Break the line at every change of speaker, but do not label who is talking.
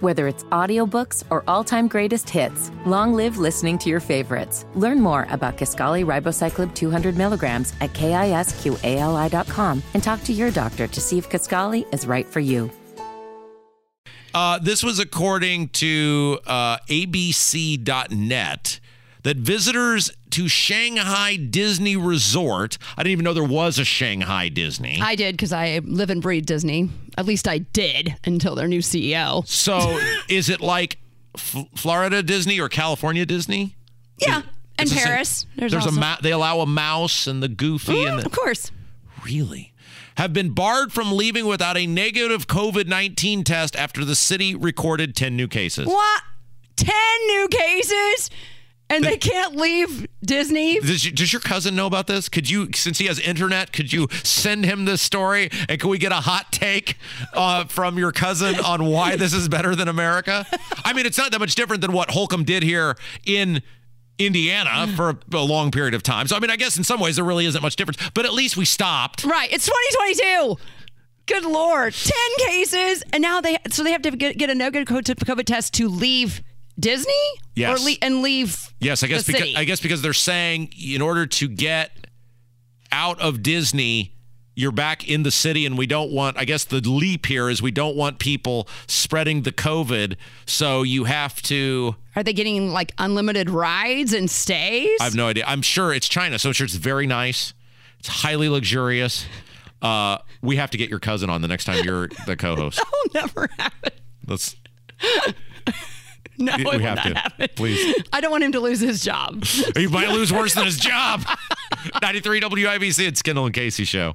Whether it's audiobooks or all-time greatest hits, long live listening to your favorites. Learn more about Kaskali Ribocyclib 200 milligrams at kisqali.com and talk to your doctor to see if Kaskali is right for you.
Uh, this was according to uh, ABC.net that visitors to Shanghai Disney Resort, I didn't even know there was a Shanghai Disney.
I did because I live and breathe Disney. At least I did until their new E CEO.
so is it like F- Florida Disney or California Disney?
Yeah,
Is-
and
it's the same-
Paris.
There's,
also-
a ma- they allow a mouse and the goofy
Mm,
and the
of course.
really have been barred from leaving without a negative COVID 19 test after the city recorded 10 new cases.
What? Ten new cases, and they can't leave Disney.
Does, you, does your cousin know about this? Could you, since he has internet, could you send him this story and can we get a hot take uh, from your cousin on why this is better than America? I mean, it's not that much different than what Holcomb did here in Indiana for a, a long period of time. So, I mean, I guess in some ways there really isn't much difference, but at least we stopped.
Right. It's 2022. Good lord, ten cases, and now they so they have to get, get a negative co- to- COVID test to leave Disney.
Yes.
Or le- and leave.
Yes, I guess
the
because
city.
I guess because they're saying in order to get out of Disney, you're back in the city, and we don't want. I guess the leap here is we don't want people spreading the COVID, so you have to.
Are they getting like unlimited rides and stays?
I have no idea. I'm sure it's China, so I'm sure it's very nice. It's highly luxurious. Uh, we have to get your cousin on the next time you're the co-host.
That'll never happen.
Let's.
No, it
We
will
have
not
to.
happen.
Please.
I don't want him to lose his job.
He might lose worse than his job. 93 WIBC. It's Kendall and Casey show.